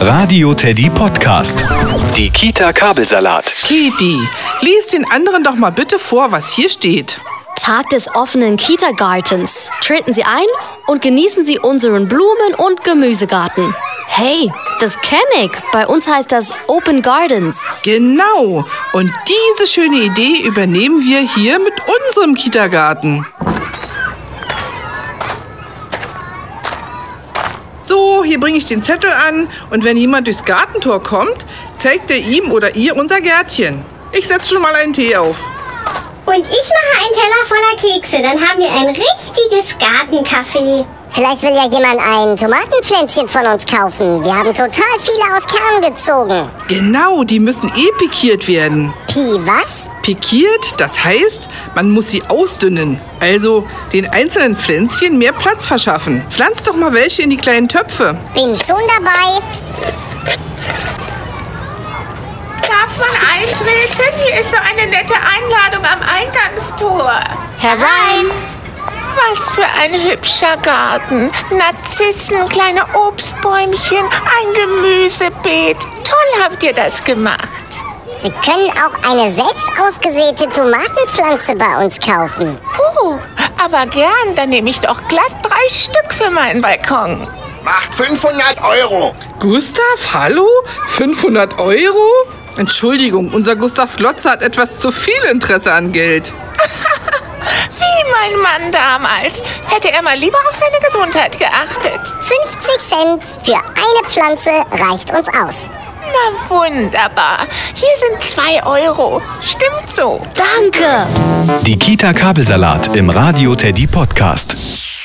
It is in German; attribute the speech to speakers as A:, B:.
A: Radio Teddy Podcast. Die Kita Kabelsalat.
B: Kitty, lies den anderen doch mal bitte vor, was hier steht.
C: Tag des offenen Kita-Gartens. Treten Sie ein und genießen Sie unseren Blumen- und Gemüsegarten. Hey, das kenne ich. Bei uns heißt das Open Gardens.
B: Genau. Und diese schöne Idee übernehmen wir hier mit unserem Kitagarten. So, hier bringe ich den Zettel an und wenn jemand durchs Gartentor kommt, zeigt er ihm oder ihr unser Gärtchen. Ich setze schon mal einen Tee auf.
D: Und ich mache einen Teller voller Kekse. Dann haben wir ein richtiges Gartencafé.
E: Vielleicht will ja jemand ein Tomatenpflänzchen von uns kaufen. Wir haben total viele aus Kern gezogen.
B: Genau, die müssen eh pikiert werden.
E: Pi, was?
B: Pikiert, das heißt, man muss sie ausdünnen, also den einzelnen Pflänzchen mehr Platz verschaffen. Pflanzt doch mal welche in die kleinen Töpfe.
E: Bin schon dabei.
F: Darf man eintreten? Hier ist so eine nette Einladung am Eingangstor.
C: Herein!
F: Was für ein hübscher Garten. Narzissen, kleine Obstbäumchen, ein Gemüsebeet. Toll habt ihr das gemacht.
E: Sie können auch eine selbst ausgesäte Tomatenpflanze bei uns kaufen.
F: Oh, aber gern, dann nehme ich doch glatt drei Stück für meinen Balkon.
G: Macht 500 Euro.
B: Gustav, hallo? 500 Euro? Entschuldigung, unser Gustav Glotzer hat etwas zu viel Interesse an Geld.
F: Wie mein Mann damals. Hätte er mal lieber auf seine Gesundheit geachtet.
E: 50 Cent für eine Pflanze reicht uns aus.
F: Na wunderbar. Hier sind zwei Euro. Stimmt so.
C: Danke!
A: Die Kita Kabelsalat im Radio Teddy Podcast.